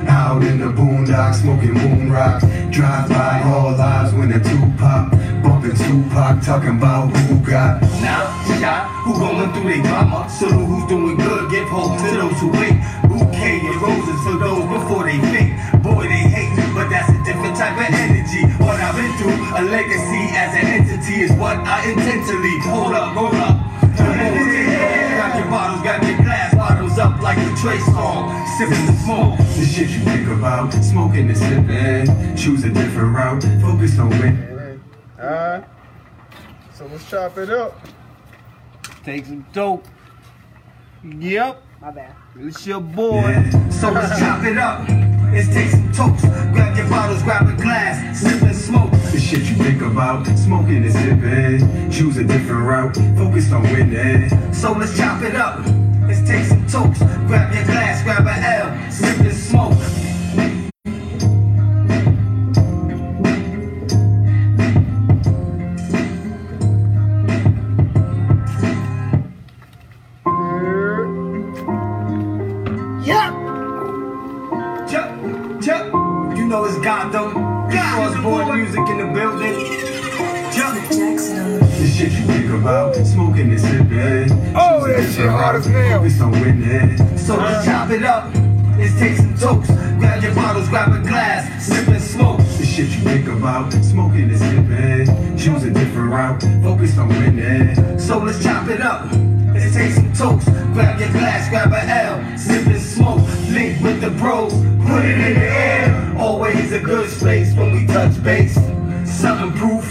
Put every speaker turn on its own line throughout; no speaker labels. out in the boondocks, smoking moon rocks. Drive by all lives when the two pop. Bumping Tupac, talking about who got. Now, we got who going through their drama. Salute who's doing good, give hope to those who wait. Bouquet and roses to those before they fade. Boy, they hate me, but that's a different type of energy. What I've been through, a legacy as an entity is what I intend to leave. Hold up, hold up. Turn it into air. Got your bottles, got your glass bottles up like a trace song. Sipping the smoke. The shit you think about, smoking and sipping. Choose a different route, focus on winning.
Alright. So let's chop it up.
Take some dope. Yep.
My bad.
It's your boy.
Yeah. So let's chop it up. Let's take some toast. Grab your bottles, grab a glass, sip and smoke. The shit you think about, smoking and sipping. Choose a different route, focused on winning. So let's chop it up. Let's take some toast. Grab your glass, grab a L, sip and smoke.
Yeah.
Chup, chup. You know it's Gotham. Crossboard music in the building. Chup. The shit you think about, smoking and sipping.
Oh,
Choosing
that
different
shit hard
routes,
as hell. Uh-huh.
Focus on winning. So let's chop it up. Let's take some toast. Grab your bottles, grab a glass, sip and smoke. The shit you think about, smoking and sipping. Choose a different route, focus on winning. So let's chop it up. Let's take some toast. Grab your glass, grab a L, sip and smoke. Link with the bros, put it in the air. Always a good space when we touch base. Something proof.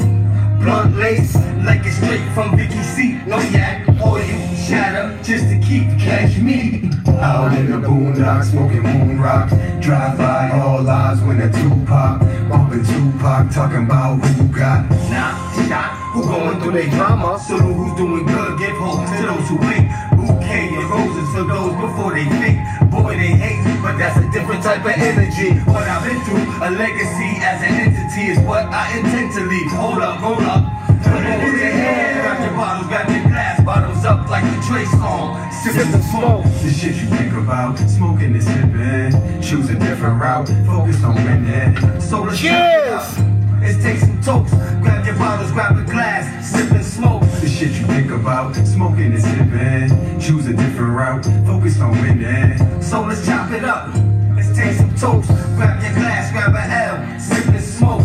Blunt lace, like it's straight from Vicky C. No yak, or you shatter just to keep cash me. Out in the boondocks, smoking moon rock. Drive by all lives when the Tupac. Bumping Tupac, talking about who got. Nah, shot. Who going through their drama? So the who's doing good, give hope to those who wait. Bouquet and roses to those before they fake. Boy, they hate, but that's a different type of energy. What I've been through, a legacy as an entity is what I intend to leave. Hold up, hold up. Turn it in the air. Grab your bottles, grab your glass, bottles up like a Trace song. Sip the smoke. The shit you think about, smoking and sipping. Choose a different route, focus on winning. So let's check it
Cheers.
out. Let's take some toast. Grab your bottles, grab a glass, sip and smoke. The shit you think about, smoking and sipping. Choose a different route, focus on winning. So let's chop it up. Let's take some toast. Grab your glass, grab a L, sip and smoke.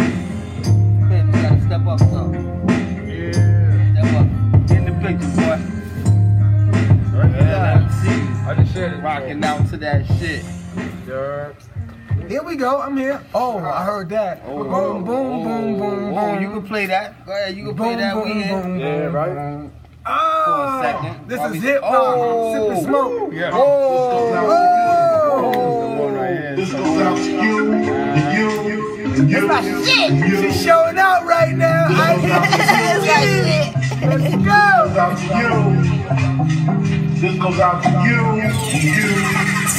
Man, you gotta step up, son.
Yeah.
Step up. Get in the picture, boy.
Right
Let
now.
'em see.
I just shared it.
Rocking out to that shit.
Yeah.
Here we go. I'm here. Oh, I heard that. boom, boom, boom, boom,
oh,
boom.
You can play that. Go ahead, you can play
boom,
that.
boom,
we in.
boom,
Yeah,
boom.
right?
Oh,
For a second.
this
While
is
we-
hip hop.
Oh.
Sip and smoke.
Yeah.
Oh.
Right
This goes out to you, and you, and you, and you.
She's showing out right now. I can't believe it. Let's
This
go.
goes out to you. This goes out to you, and you, and you.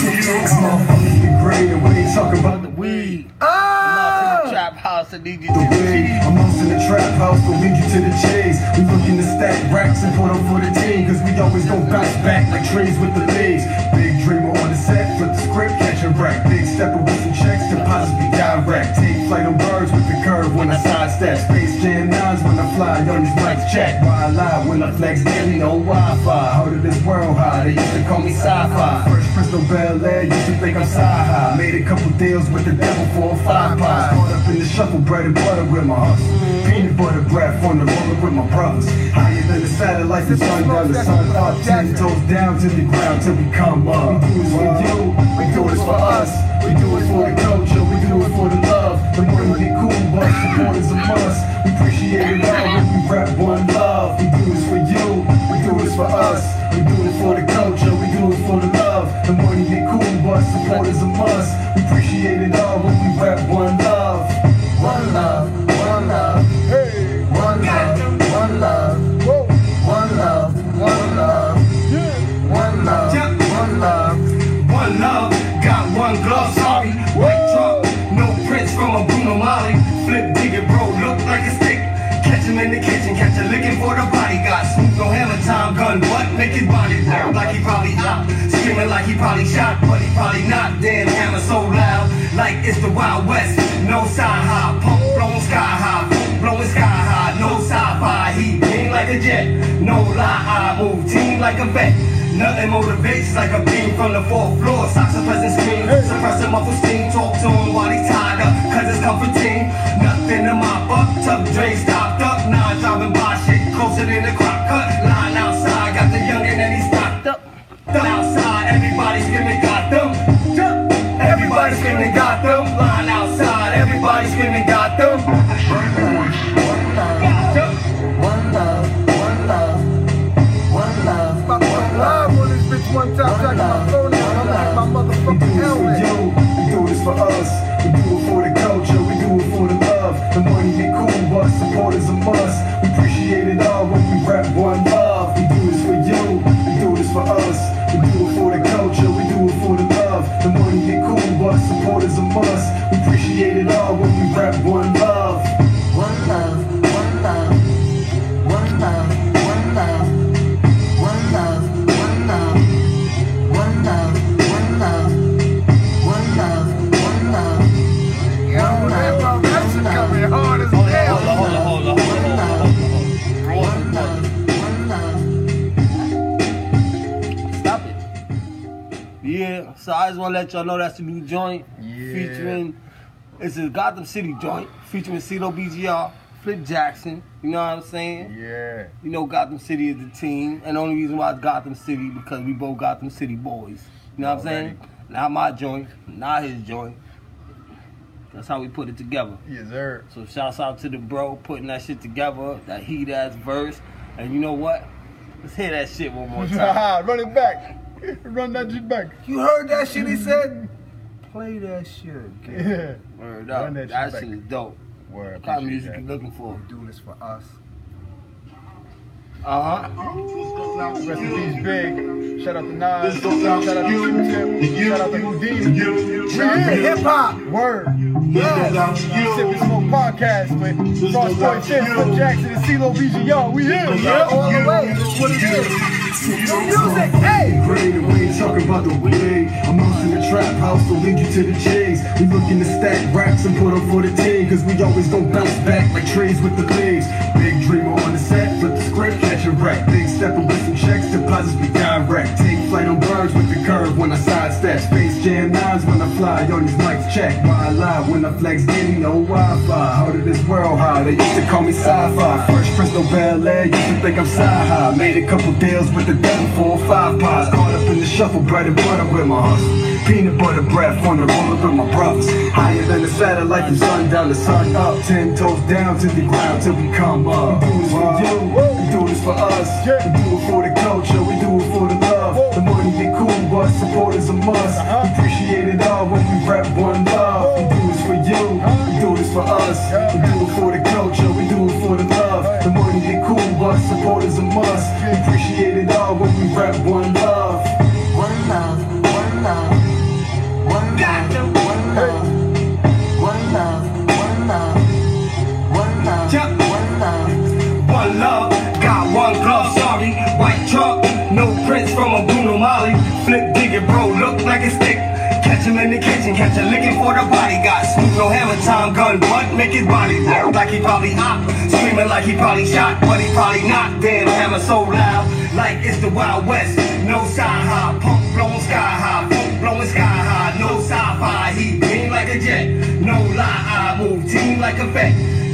Motherfuckers be great and we ain't talking about the
We
Oh.
lost in the trap house and need you
the
to
way. I'm lost in the trap house, so lead you to the chase. We looking to stack racks and put them for the team, cause we always go bounce back like trains with the legs. Big dreamer on the set, flip the script, catch a rack. Big stepper with some checks, deposits be direct. Take flight on birds with the curve when I sidestep. Space jam nines when I fly, on these mics check. Why I lie when I flex daily, no Wi-Fi. Out of this world high, they used to call me sci-fi. First Crystal Bel Air, used to think I'm sci-high. Made a couple deals with the devil for a five pie. Caught up in the shuffle, bread and butter with my hustle. Peanut butter breath on the roller with my brothers. Higher than the satellite, the sun down, the sun up. Ten toes down to the ground till we come up. We do it for you, we do it for us. We do it for the culture, we do it for the love. The money get cool, but support is a must. We appreciate it all when we rap one love. We do this for you, we do this for us. We do it for the culture, we do it for the love. The money get cool, but support is a must. We appreciate it all when we rap one love. One love, one love.
Hey.
One love, one love,
Whoa.
one love, one love,
Yeah.
one love, one love. One love, got one glove, sorry. White truck, no prints from a Bruno Molly. Flip, dig it, bro, look like a stick. Catch him in the kitchen, catch a licking for the body. Got Snoop, no hammer time, gun butt, naked body. Look like he probably out. Screaming like he probably shot, but he probably not. Damn, hammer so loud. like it's the Wild West. No side high, pump blowing sky high, pump blowing sky high. No sci-fi, he came like a jet. No lie, I move team like a vet. Nothing motivates like a beam from the fourth floor. Socks suppressing scream, suppressing muffled steam. Talk to him while he's tied up, cause it's comforting. Nothing to mop up, tough drains stopped up. Nah, driving by shit closer than the crop cut. Line outside, got the youngin' and he's stocked up. The outside, everybody's screaming Gotham. Everybody's screaming Gotham. Line outside, everybody's screaming Gotham.
One love, one love, one love.
I'm live on this bitch one time. I got my phone out. I'm like my
We do
motherfucking
this for
helmet.
you, we do this for us. We do it for the culture, we do it for the love. The money get cool, but support is a must. We appreciate it all when we rap one love. We do this for you, we do this for us. We do it for the culture, we do it for the love. The money get cool, but support is a must. We appreciate it all when we rap one love.
One love, one love, one love, one love, one love, one love, one love, one love, one love, one love.
Yo, that vibration coming hard as hell.
Hold on, hold on, hold on, hold on, hold on, hold on. Stop it. Yeah, so I just want to let y'all know that's the new joint featuring. It's a Gotham City joint featuring CeeLo BGR, Flip Jackson. You know what I'm saying?
Yeah.
You know Gotham City is the team, and the only reason why it's Gotham City because we both Gotham City boys. You know what I'm saying? Not my joint, not his joint. That's how we put it together.
Yes, sir.
So shouts out to the bro putting that shit together, that heat ass verse. And you know what? Let's hear that shit one more time.
Haha, Run it back. Run that shit back.
You heard that shit he said? Play that shit again.
Yeah.
Word up.
Run that
That,
shit back.
shit is dope.
Word.
What kind of music
appreciate
you looking for?
Do this for us.
Uh huh.
that. Rest in peace, Big. Shout out to Nas.
This goes out
Shout out
to you,
to Q-Tip.
you,
Shout out to
you,
Houdini.
you,
We in hip hop.
Word.
This goes out
Sip and
to you.
Smoke Podcast with
This
Frost
goes
Boy
out to
Fifth,
you.
Flip Jackson, and CeeLo VG. Yo, we here.
Yeah, all the way. That's what it
is.
New music, hey!
Brain and we ain't talking about the way. I'm out in the trap house, so lead you to the J's. We looking to stack racks and put up for the team, cause we always gon' bounce back like trays with the legs. Big dreamer on the set, flip the script, catch a rack. Big stepper with some checks, deposits be direct. Take flight on birds with the curve when I sidestep. Space jam nines when I fly on these mics, check. Why I lie when I flex, getting no Wi Fi. Out of this world high, they used to call me sci fi. First Crystal Bel Air, used to think I'm sci high. Made a couple deals with the gun, four five pies. Caught up in the shuffle, bread and butter with my hustle. Peanut butter breath on the roll up with my brothers. Higher than the satellite from sun down to sun up. Ten toes down to the ground till we come up. We do this for you, we do this for us. We do it for the culture, we do it for the love. The money get cool, but support is a must. We appreciate it all when we rap one love. We do this for you, we do this for us. We do it for the culture, we do it for the love. The money get cool, but support is a must. We appreciate it all when we rap one love.
One love, one love, one love, one love, one love, one love, one love,
Yeah.
one love.
One love, got one glove, sorry. White truck, no prints from a Bruno Molly. Flip digger, bro, look like a stick. Catch him in the kitchen, catch a licking for the body. Got Snoop, no hammer time, gun butt, make his body look like he probably hot. Screaming like he probably shot, but he probably not. Damn, hammer so loud, like it's the Wild West. No side high, pump blowing sky high, pump blowing sky high. No sci-fi, he clean like a jet. No lie, I move team like a vet.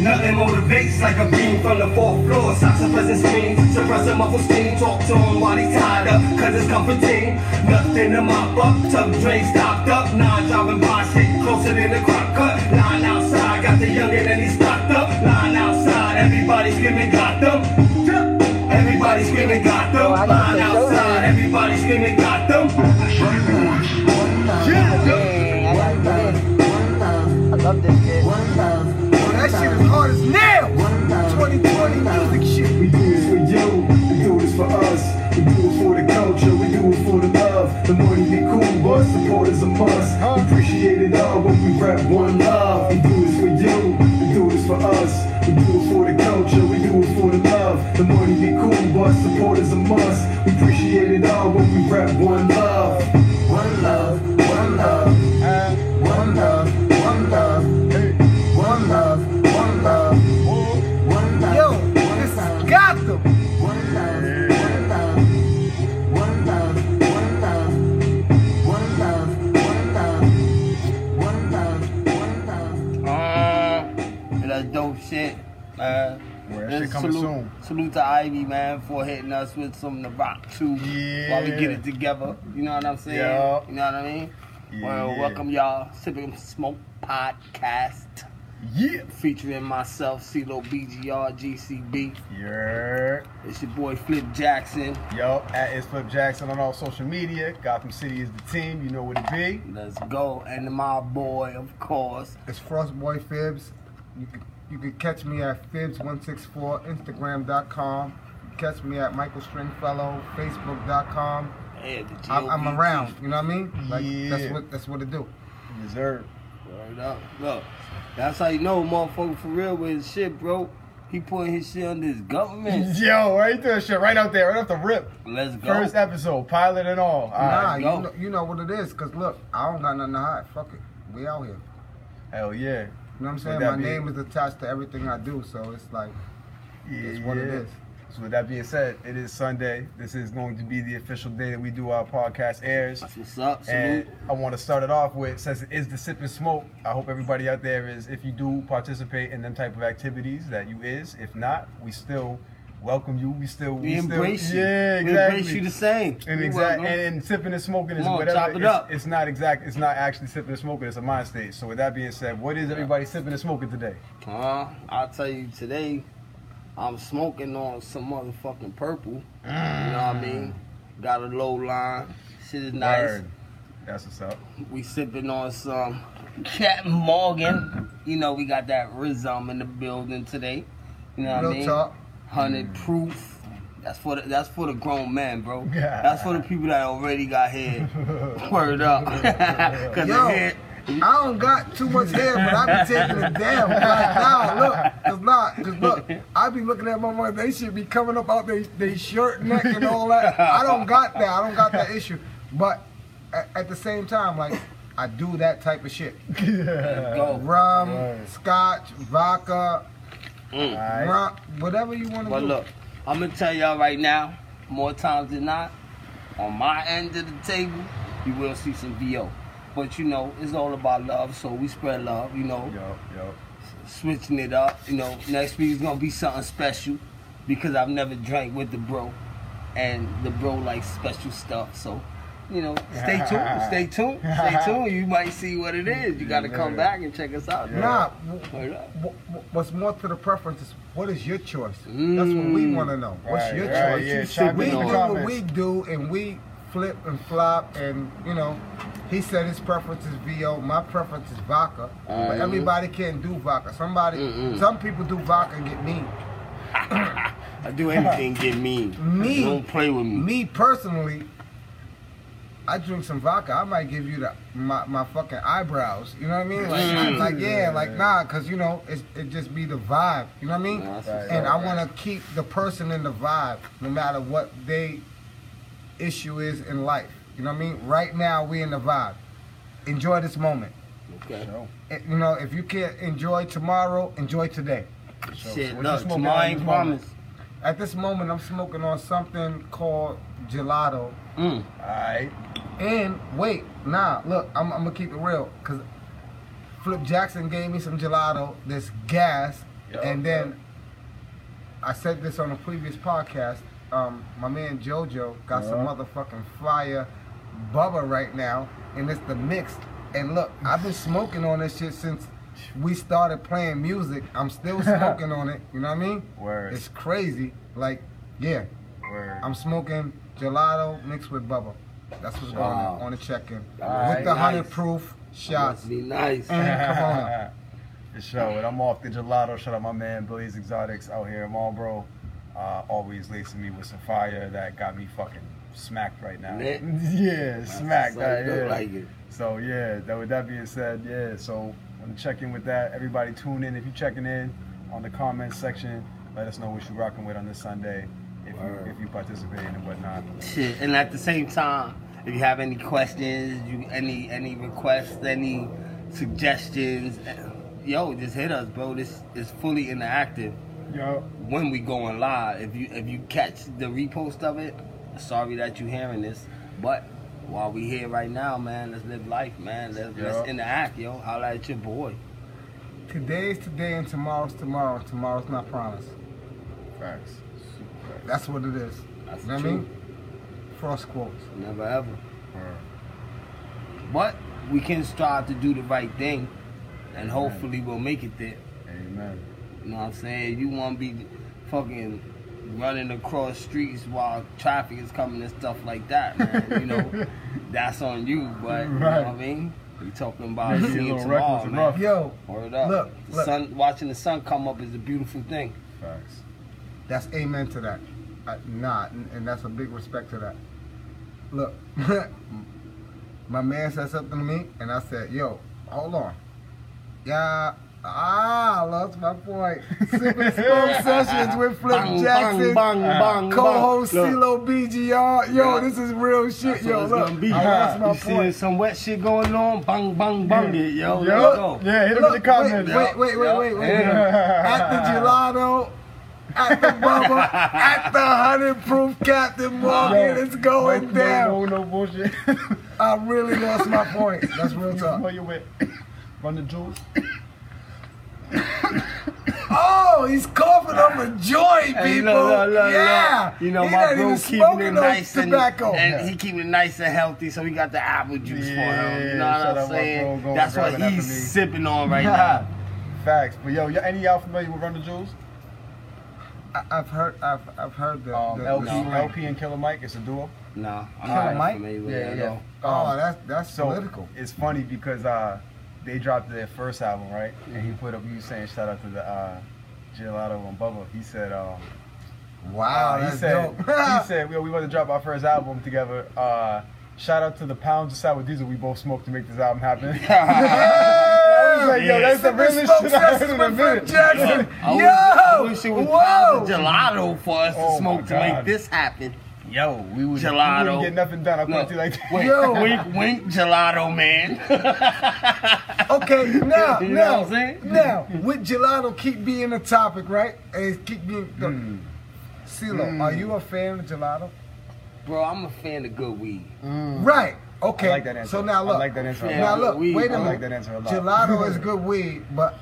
Nothing motivates like a beam from the fourth floor. Socks and pleasant screen, suppressing muffled steam. Talk to him while he's tied up, cause it's comforting. Nothing to mop up, tub drain stopped up. Nine driving by, shit closer than the crop cut. Line outside, got the youngin' and he's stocked up. Line outside, everybody screaming Gotham. Everybody screaming Gotham. Line outside, everybody screaming Gotham.
Dang, I like that. I love this shit.
That shit is hard as nails. 2020 music shit.
We do this for you, we do this for us. We do it for the culture, we do it for the love. The money be cool, but support is a must. We appreciate it all when we rap one love. We do this for you, we do this for us. We do it for the culture, we do it for the love. The money be cool, but support is a must. We appreciate it all when we rap one love.
Uh,
One love, one love, one love,
shit, man.
Well, that
And
shit coming
salute,
soon.
salute to Ivy, man, for hitting us with something to rock to while we
Yeah.
get it together. You know what I'm saying?
Yeah.
You know what I mean?
Yeah,
well,
yeah.
welcome y'all. Sipping Smoke Podcast
Yeah.
featuring myself, CeeLo BGR GCB.
Yeah.
It's your boy Flip Jackson.
Yo, at is Flip Jackson on all social media. Gotham City is the team. You know what it be.
Let's go. And my boy, of course.
It's Frostboy Fibs. You can, you can catch me at Fibs164, Instagram.com. Catch me at Michael Stringfellow, Facebook.com.
Hey, the
I'm, I'm
GOBT.
around, you know what I mean? Like
Yeah.
that's what that's what it do.
Deserve.
Word up. Look, that's how you know motherfucker for real with his shit, bro. He putting his shit under his government.
Yo, right there, shit, right out there, right off the rip.
Let's go.
First episode, pilot and all. all
Nah,
right.
you
go.
know, you know what it is, cause look, I don't got nothing to hide. Fuck it, we out here.
Hell yeah.
You know what I'm saying?
that
My
be-
name is attached to everything I do, so it's like
yeah
It's what it is.
So with that being said, it is Sunday. This is going to be the official day that we do our podcast airs.
That's what's up. Salute.
And I want to start it off with since it is the sip and smoke. I hope everybody out there is, if you do participate in them type of activities, that you is. If not, we still welcome you. We still
we
still-
embrace you.
Yeah,
We
exactly.
embrace you the same.
And
You
exact
welcome.
and, and sipping and smoking is
Come on,
whatever.
chop it
it's,
up.
it's not exact. It's not actually sipping and smoking. It's a mind state. So with that being said, what is everybody sipping and smoking today?
Uh, I'll tell you today, I'm smoking on some motherfucking purple. You know what I mean? Got a low line. Shit is nice.
Mm. Word. That's what's up.
We sipping on some Captain Morgan. You know we got that Rizum in the building today. You know what
real
I mean?
talk.
Mm.
Hundred proof. That's for the that's for the grown man, bro. That's for the people that already got hair. Word up. Cause the
Yo,
hair-
I don't got too much hair, but I be taking it down. Like now, look, cause not, cause look, I be looking at my money. They should be coming up out they they shirt neck and all that. I don't got that. I don't got that issue. But at, at the same time, like I do that type of shit.
go.
Rum,
Right.
scotch, vodka,
All right.
rum, whatever you want
Mm.
to
But
do.
look, I'm gonna tell y'all right now, more times than not, on my end of the table, you will see some VO. But you know, it's all about love, so we spread love, you know.
Yo, yo.
switching it up. You know, next week is gonna be something special because I've never drank with the bro, and the bro likes special stuff. So, you know, stay tuned, stay tuned, stay tuned. You might see what it is. You gotta come back and check us out.
Nah, w-
Word up.
w- w- what's more to the preference is what is your choice? That's what we want to know. What's
Mm. Right,
your
right,
choice?
yeah,
You
chop it
we
in
do
the
what
comments.
we do and we flip and flop and you know he said his preference is VO, my preference is vodka. But
Uh-huh.
everybody can't do vodka. Somebody some people do vodka and get mean.
I do anything get mean.
Me
Don't play with me.
Me personally, I drink some vodka. I might give you the my, my fucking eyebrows. You know what I mean? Like,
Mm.
I'm like yeah, like nah, cause you know it's, it just be the vibe. You know what I mean?
Nah, that's what's
and
up.
I want to keep the person in the vibe, no matter what they issue is in life. You know what I mean? Right now we in the vibe. Enjoy this moment.
Okay.
Yo.
Eh, You know, if you can't enjoy tomorrow, enjoy today.
Shit,
so what you
look,
smoking
tomorrow
on
ain't
this
promise.
At this moment, I'm smoking on something called gelato.
Mm.
All right.
And wait, nah, look, I'm, I'm gonna keep it real, cause Flip Jackson gave me some gelato, this gas,
Yo,
and then I said this on a previous podcast. Um, my man JoJo got some motherfucking fire bubba right now, and it's the mix. And look, I've been smoking on this shit since we started playing music. I'm still smoking on it. You know what I mean?
Word.
It's crazy. Like, yeah,
Word.
I'm smoking gelato mixed with bubble. That's what's going
Wow.
on on the check-in.
Alright,
with the hundred
nice.
proof
Must
shots
be nice.
and Corona.
The show, and I'm off the gelato. Shout out my man Billy's Exotics out here in Marlboro. Uh, always lacing me with some fire that got me fucking smacked right now.
Lit.
yeah, smacked.
how you
uh,
look
yeah.
like it.
So yeah, that with that being said, yeah. So want to check in with that. Everybody tune in if you're checking in on the comments section. Let us know what you're rocking with on this Sunday. If you, if you participate in and whatnot.
Shit, and at the same time, if you have any questions, you any any requests, any suggestions, eh, yo, just hit us, bro. This is fully interactive
Yo.
when we going live. If you if you catch the repost of it, sorry that you hearing this, but while we here right now, man, let's live life, man. Let's, let's
Yeah.
interact, yo. Holla at your boy.
Today's today and tomorrow's tomorrow. and Tomorrow's not promised.
Facts.
That's what it is.
That's
you know what I
true.
mean? Frost quotes.
Never ever.
Word.
But we can strive to do the right thing, and hopefully we'll make it there.
Amen.
You know what I'm saying? You won't be fucking running across streets while traffic is coming and stuff like that, man. you know, that's on you. But you know what I
Right.
mean? We talking about
Maybe a
seeing
little
tomorrow,
reckless and
man.
rough.
Yo,
Word up.
Look,
the
look.
sun, watching the sun come up is a beautiful thing.
Facts.
That's amen to that. I, nah, and, and that's a big respect to that. Look, my man said something to me, and I said, "Yo, hold on." Yeah, ah, I lost my point. Sipping Smoke sessions with Flip
Bang,
Jackson,
bang,
Ah.
bang, bang,
co-host
bang.
CeeLo BGR. Yo,
Yeah.
this is real shit.
That's what
Yo,
it's
look,
gonna be.
I lost my
you see
point.
some wet shit going on? Bang, bang, bang it,
Yo.
yo. Let's go.
Yeah, hit him
Look,
in the comments.
Wait, wait, wait, wait, wait. wait.
Yeah.
At the gelato, at the bubba, at the hundred proof Captain Morgan, it's going
no,
down.
No, no, no bullshit.
I really lost my point. That's real
Where
talk.
you with? Run the jewels.
Oh, he's coughing up a joint, people.
Hey, look, look, look, look.
yeah,
You know
he
my
not
bro
even
keeping it
smoking no
nice and,
tobacco.
and he keeping it nice and healthy, so we got the apple juice for him. You
Yeah,
know what
shout
I'm
out my
saying?
bro going
That's what
grabbing that
he's
for me.
sipping on right now.
Facts. But yo, y- any of y'all familiar with Run the Jewels?
I, I've heard, I've, I've heard the,
Um,
the,
LP,
the
LP and Killer Mike. It's a duo.
Nah, I'm
Killer
not
Mike?
familiar with
Yeah,
that at
yeah.
all.
Oh, that's that's
So
political.
it's funny because uh, they dropped their first album, right? And he put up, you saying shout out to the uh, Gelato and Bubba. He said, um,
Wow,
Uh, he
that's
said,
dope.
he said, we, we about to drop our first album together. Uh, shout out to the pounds of sour diesel we both smoked to make this album happen. I was like, yo, that's the realest
Smoke
shit I've heard
sessions
in a
with Flip
minute.
Jackson.
I wish- I
Yo,
wish it was
whoa.
gelato for us
Oh,
to
my
smoke to
God.
make this happen.
Yo, we would
Gelato.
We wouldn't get nothing done. I put
Look,
you like,
wait,
Yo.
wink, wink, gelato man.
Okay, now,
You know
now,
what I'm saying?
now, with gelato keep being a topic, right? And it's keep being.
Hmm.
the CeeLo, are you a fan of gelato?
Bro, I'm a fan of good weed.
Right. Okay.
Hmm. I like that answer.
So now look.
I like that answer.
Yeah.
a
Now
lot.
look.
Weed.
Wait a
I
minute.
like that answer a lot.
Gelato is good weed, but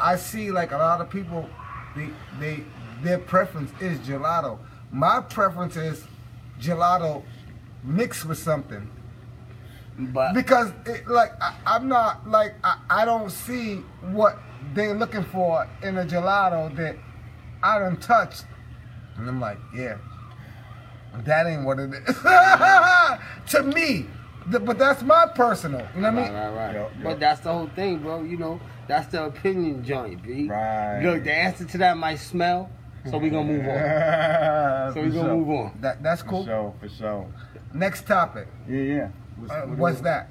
I see like a lot of people, they they their preference is gelato. My preference is gelato mixed with something.
But
because it, like I, I'm not like I, I don't see what they're looking for in a gelato that I done touched, and I'm like, yeah, that ain't what it is to me. Th- but that's my personal. You know what I
Right,
mean?
right, right.
Yup,
But
yup.
that's the whole thing, bro. You know, that's the opinion joint, B.
Right.
Look, the answer to that might smell, so we gonna move on. So we
For
gonna
sure.
move on.
That that's
For
cool.
sure, for sure.
Next topic.
Yeah, yeah.
Uh, what's that?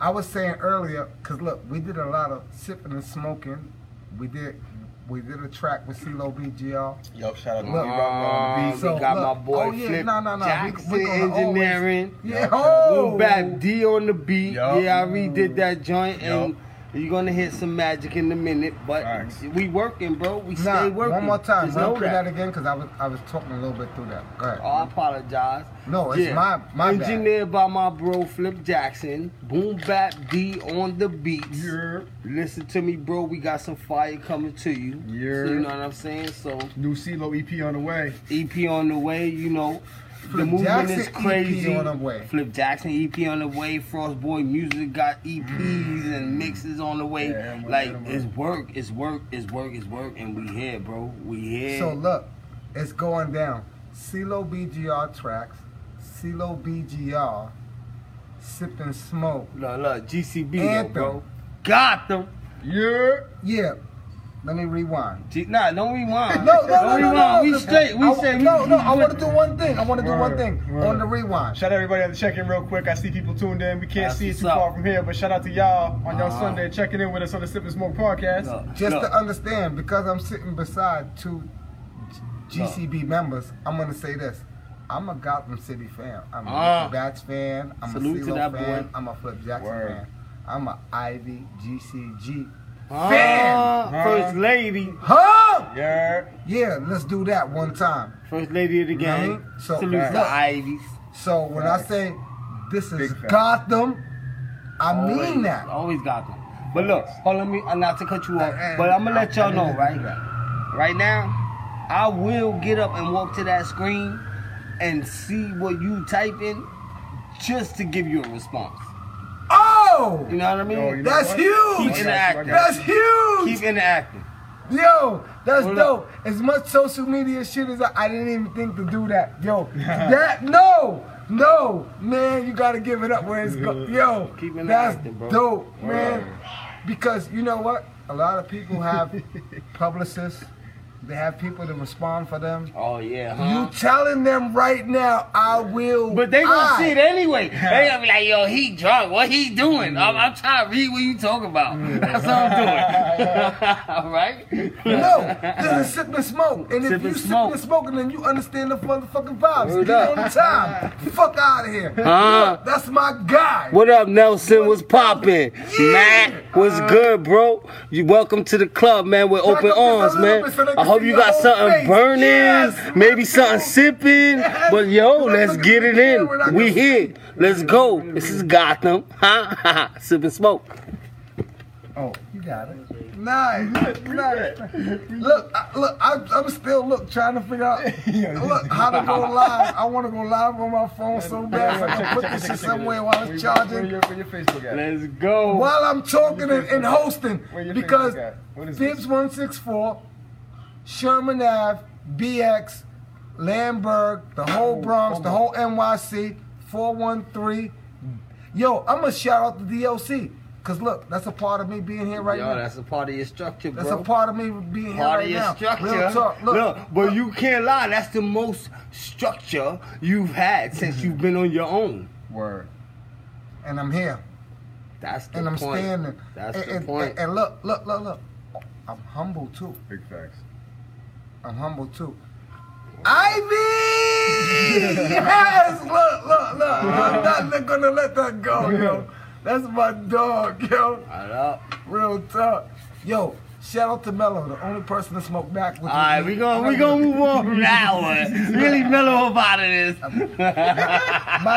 I was saying earlier, cause look, we did a lot of sipping and smoking. We did, we did a track with CeeLo BGR.
Yup, shout out to
Look.
Big Rock
Um,
on
we
the
Uh, So,
got
look,
my boy
oh, yeah,
Flip
nah, nah, nah, we-
Jackson
we gonna always-
Engineering.
Yeah,
Lil Bap D on the beat.
Yup.
Yeah, I redid that joint, and
Yup.
you're gonna hit some magic in a minute. But
Facts.
we working, bro. We
Nah,
stay working.
one more time.
Just
Run
know
through
that.
that again because I was I was talking a little bit through that. Go ahead.
Oh, I apologize.
No, it's my- my bad.
Engineered by my bro Flip Jackson. Boom Bap D on the beats.
beat.
Listen to me, bro. We got some fire coming to you.
Yeah.
So you know what I'm saying? So
New CeeLo EP on the way.
EP E on the way. You know. the
Flip
movement
Jackson
is crazy.
EP on the way.
Flip Jackson EP on the way. Frost Boy Music got EPs
Mm.
and mixes on the way.
Yeah, I'm with
like
it, I'm with
it's work, it's work, it's work, it's work, and we here, bro. We here.
So look, it's going down. CeeLo BGR tracks, CeeLo BGR, sipping smoke.
look, look, GCB,
Anthem.
bro. Got them.
Yeah.
Yeah. Let me rewind.
Gee, Nah, don't rewind.
No, no,
don't
no, no,
rewind.
no,
we
no.
straight. We
I-
straight. We-
No,
we-
no. I want to do one thing. I want to do one
Word,
thing
word.
on the rewind.
Shout out everybody on the check-in real quick. I see people tuned in. We can't
That's
see it
what's
too
up.
far from here, but shout out to y'all on y'all
Uh-huh.
Sunday checking in with us on the Sip and Smoke podcast.
Look,
Just
look,
to understand, because I'm sitting beside two G- GCB members, I'm gonna say this. I'm a Gotham City fan. I'm a
Ah.
Mookie Bats fan. I'm
Salute
a
to
CeeLo
that
fan.
boy.
I'm a Flip Jackson
Word.
fan. I'm a Ivy GCG.
ah,
Bam!
First lady.
Huh?
Yeah.
Yeah, let's do that one time.
First lady of the game.
Mhm. So-
Salute to
Look.
Ivies.
So when I say this is
Big fan.
Gotham, I
Always-
mean that.
Always got them. But look, hold on me, uh, not to cut you off, but I'm gonna let y'all know, right? Right now, I will get up and walk to that screen and see what you type in just to give you a response.
Oh,
You know what I mean?
Yo, you know
that's
what?
huge.
Keep interacting.
That's huge.
Keep interacting.
Yo, that's
Hold
dope. As much social media shit as I, I didn't even think to do that. Yo, that no, no, man, you gotta give it up where it's go. Yo,
Keep it
that's
active, bro.
dope, man. Because you know what? A lot of people have publicists. They have people to respond for them.
Oh yeah,
You telling them right now, I will.
But they gonna
I-
see it anyway. They gonna be like, yo, he drunk. What he doing? I'm, I'm trying to read what you talking about. That's what I'm doing. right?
No, this is sip and smoke. And
Sip
if you
and
sip
smoke.
and smoke, then you understand the motherfucking vibes.
Word
Get
up.
on the time. Fuck out of here.
Huh?
Look, that's my guy.
What up, Nelson? What's poppin'?
Yeah.
Matt, what's good, bro? You welcome to the club, man. With
Back
open
up just a
arms,
little
man.
bit so they
I
can
hope
see
you
your
got
whole
something
face.
burning,
Yes,
maybe
let's
something
go.
sipping.
Yes.
But yo,
Look,
let's
look at
get
the
it
camera when I
in. We
go-
here. Let's go. This is Gotham. Ha ha. ha. Sip and smoke.
Oh,
You got it. Nice. nice. Look, I, look, I, I'm still look trying to figure out look how to go live. I want to go live on my phone so bad. So I can put this shit somewhere while it's
Where
charging.
your, where your Facebook at?
Let's go.
While I'm talking and, and hosting,
Where your
because
Facebook at? What is this?
Fibs one six four, Sherman Ave, BX, Lamberg,
Oh,
the whole Bronx, the whole NYC, four one three. Yo, I'm gonna shout out the DLC, cause look, that's a part of me being here right
Yo,
now.
that's a part of your structure, bro.
That's a part of me being here
part
right
of your
now.
structure.
Real talk. Look,
but you can't lie. That's the most structure you've had since you've been on your own.
Word.
and I'm here,
That's the
and I'm
point.
standing.
That's
and,
the
and-
point.
And, and look, look, look, look. I'm humble too.
Big facts.
I'm humble too. Ivy! yes! Look, look, look. I'm not gonna let that go, yo. That's my dog, yo.
All right,
Real talk. Yo, shout out to Mello, the only person to smoke back with
all right, we gonna we gonna move on from that one. Really mellow about it is.
My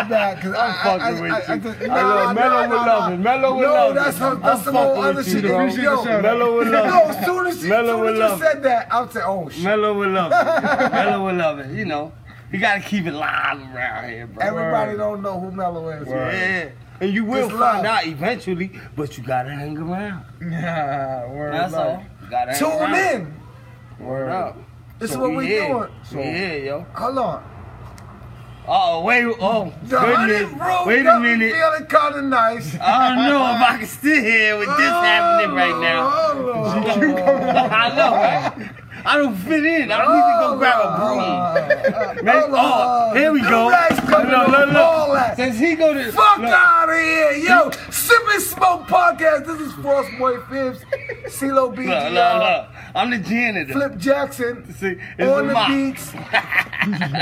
bad, cause
I'm
I, I,
fucking
I,
with
I, I
you.
just,
I
nah,
know
nah,
Mello
nah,
would
nah,
love
nah.
it. Mello would
no,
love
that's
it.
her,
I'm
that's some
fucking
whole other
with you,
shit.
bro.
Yo,
Appreciate the shout out.
Mellow would
no,
love
as
it.
soon as she,
Mello
soon
would
as
love
you said that, I would say, oh shit.
Mellow would love it. Mellow would love it. You know, you gotta keep it live around here, bro.
Everybody don't know who Mello is.
Word.
Yeah, and you will
It's
find
live.
out eventually, but you gotta hang around.
Nah, word.
That's all.
life.
You gotta hang
Tune
around.
in.
Word.
Bro,
This is what we
here.
doing.
We here, yo.
Hold on.
Oh, wait. Oh,
The honey
goodness.
roll
Wait a
got me
minute.
Feeling kind of nice.
I don't know if I can sit here with this
Oh.
happening right now. I know, right? I don't fit in. I need to go grab
Oh,
a broom.
broom.
Man, oh, here we go. Look, look, look.
All that.
Since he go to
Fuck
look,
out of here, yo! Sip and Smoke Podcast. This is Frostboy Phipps, CeeLo
look, look, look.
BGR,
I'm the janitor.
Flip Jackson,
See, it's the
on the
mop.
beats,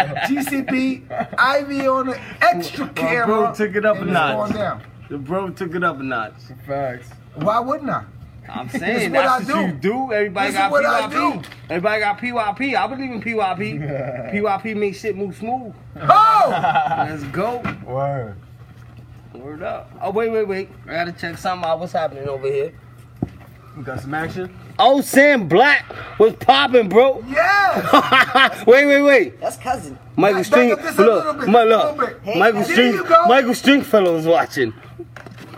GCB, Ivy on the extra
bro
camera.
took it up
and
a
it's
notch.
going down.
The bro took it up a notch.
Facts.
Why wouldn't I?
I'm
This
saying
is what
that's
I
what
do.
you do. Everybody
This is
got
what I
PYP.
do.
Everybody got PYP. I believe in PYP. PYP makes shit move smooth.
Oh!
Let's go.
Word.
Word up. Oh, wait, wait, wait. I gotta check something out. What's happening over here?
We got some action.
Oh, Sam Black was popping, bro.
Yeah!
Oh, wait, wait, wait.
That's cousin.
Michael
Back
String.
up just a little
Look,
bit,
my
a
look.
little bit. Hey,
Michael
there
String.
you go.
Michael Stringfellow is watching.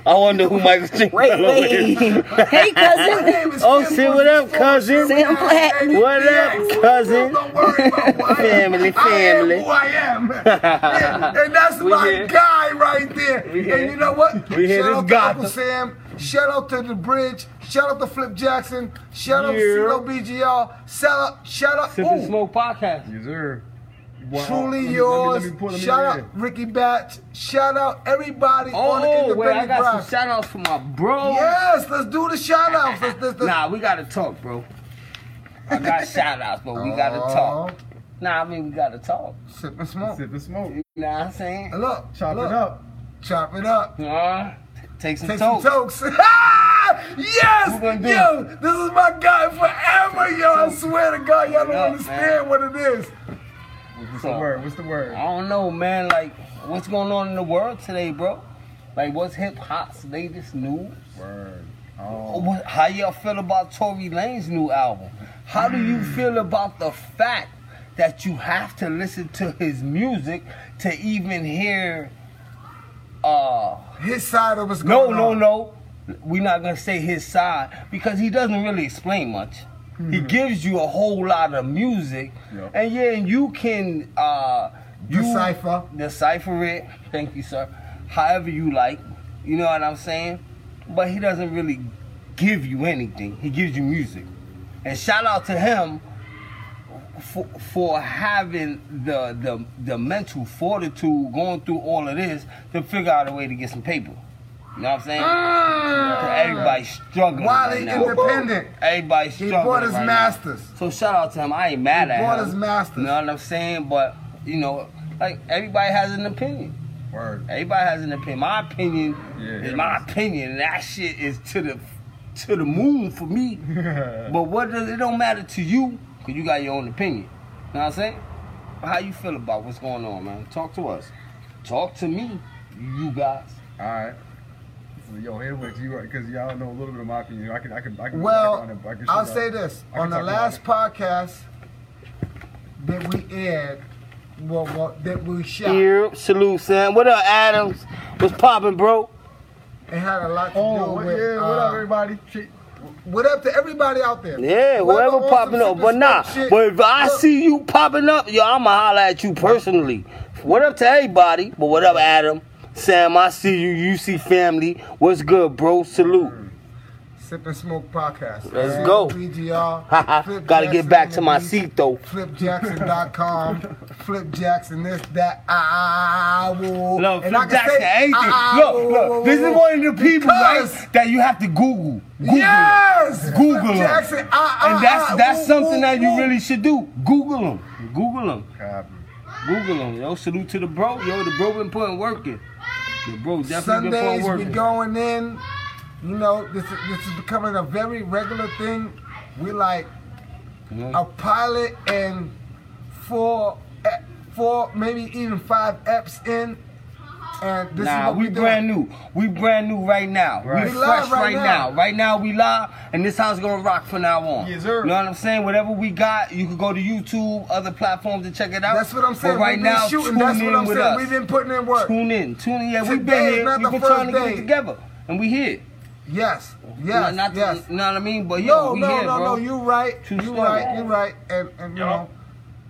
I wonder who Michael
Wait,
Stringfellow
wait.
is.
hey, cousin.
Oh, shit, what up, cousin?
Sam Black.
What up, cousin?
Don't worry about who I am.
Family, family.
I am who I am. and, and that's
We
my
here.
guy right there.
We here.
And you know what?
We here,
Shout
this
out to
Gotham.
Uncle Sam. Shout out to the bridge. Shout out to Flip Jackson. Shout out to
Yeah.
CeeLo BGR. Shout out. Shout out.
Sip and
ooh,
Smoke podcast.
Yes, sir. Wow.
Truly
Let me- let me-
yours.
let me pull- let me
shout
read
out
it.
Ricky Batch. Shout out everybody on the
Oh, wait, I
independent
got some
grind.
shout outs for my bro.
Yes, let's do the shout outs. Let's, let's, let's.
Nah, we gotta talk, bro. I got shout outs, but we gotta
Oh,
talk. Nah, I mean, we gotta talk.
Sip and smoke.
Sip and smoke.
Nah, I'm saying.
And Look,
Chop
look,
it up.
Chop it up.
Uh, take some
Take
toke.
some tokes. Ah!
What
Yes!
we gonna do?
Yo, this is my guy forever, yo. I swear to God, y'all don't
Yeah,
understand what it is.
What's
So-
the word? What's the word?
I don't know, man. Like, what's going on in the world today, bro? Like, what's hip hop's latest news?
Word.
Oh.
What, how y'all feel about Tory Lane's new album? How do you feel about the fact that you have to listen to his music to even hear? Uh,
His side of what's
no,
going
no,
on.
no. We're not gonna say his side because he doesn't really explain much. He
Mm-hmm.
gives you a whole lot of music,
Yep.
and yeah, and you can uh, you
Decipher.
decipher it. Thank you, sir. However you like, you know what I'm saying. But he doesn't really give you anything. He gives you music, and shout out to him for, for having the, the the mental fortitude going through all of this to figure out a way to get some paper. You know what I'm saying? 'Cause Everybody's struggling
While
right
he
now.
Ah. independent.
Everybody's
He
struggling
bought his
right now.
masters.
So shout out to him. I ain't mad at
bought
him.
his masters.
You know what I'm saying? But you know, like everybody has an opinion.
Word.
Everybody has an opinion. My opinion
Yeah.
is my opinion, and that shit is to the to the moon for me. but what does it don't matter to you because you got your own opinion. You know what I'm saying? How you feel about what's going on, man? Talk to us. Talk to me, you guys.
All right. So, yo, here with you because y'all know a little bit of my opinion. I can, I can, I can. I
Well,
can, I can
I'll say this.
I can
On the
talk about
last
it.
podcast that we aired, well, well that we shot, it
Here, salute, Sam. What up, Adams? What's popping, bro?
had a lot to
Oh,
do
what,
with.
yeah, what
uh,
up, everybody? Shit.
What up to everybody out there?
Yeah, whoever
on
popping
some
up. But nah,
shit-
but if I
Look,
see you popping up, yo, I'ma holler at you personally. What up to everybody? But what up, Adam? Sam, I see you. You see family. What's good, bro? Salute.
Sip and Smoke Podcast.
Let's
Man,
go.
BGR.
Haha,
Flip
Gotta get
Jackson
back
and
to my
me,
seat though.
FlipJackson.com. Flip Jackson, this, that, I will.
Look, Flip
and I can
Jackson,
say, uh-uh,
anything.
I
look,
will,
look, this is one of the people,
Because-
right, that you have to Google. Google.
Yes!
Google
Flip
them.
Jackson, I, I,
And that's
I,
that's
woo,
something
woo,
that you
woo.
really should do. Google them. Google them.
Copy.
Google them. Yo, salute to the bro. Yo, the bro been putting work in. The bro definitely been
Sundays
putting work
we
in.
going in. You know, this is, this is becoming a very regular thing. We like
You know?
a pilot and four, ep- four maybe even five eps in, and this is
nah,
what we,
we, brand new. We brand new right now.
Right.
We,
We
fresh
live
right,
right
now.
now.
Right now we live, and this house gonna rock from now on.
Yes, sir.
You know what I'm saying? Whatever we got, you can go to YouTube, other platforms to check it out.
That's what I'm saying.
But right
We've been
now,
shooting.
tune
That's
in
what I'm
with
saying.
us.
We've been putting in work.
tune in, tune in. Yeah, we've
Today
been
is
here.
not
We've
the
been trying to
first
get it
day.
together, and we here.
Yes, yes,
Not- not to-
yes.
You know what I mean? But yeah,
No,
we
no,
here,
no,
bro.
no. You right.
Too
you
slow.
right. You right. And and you know,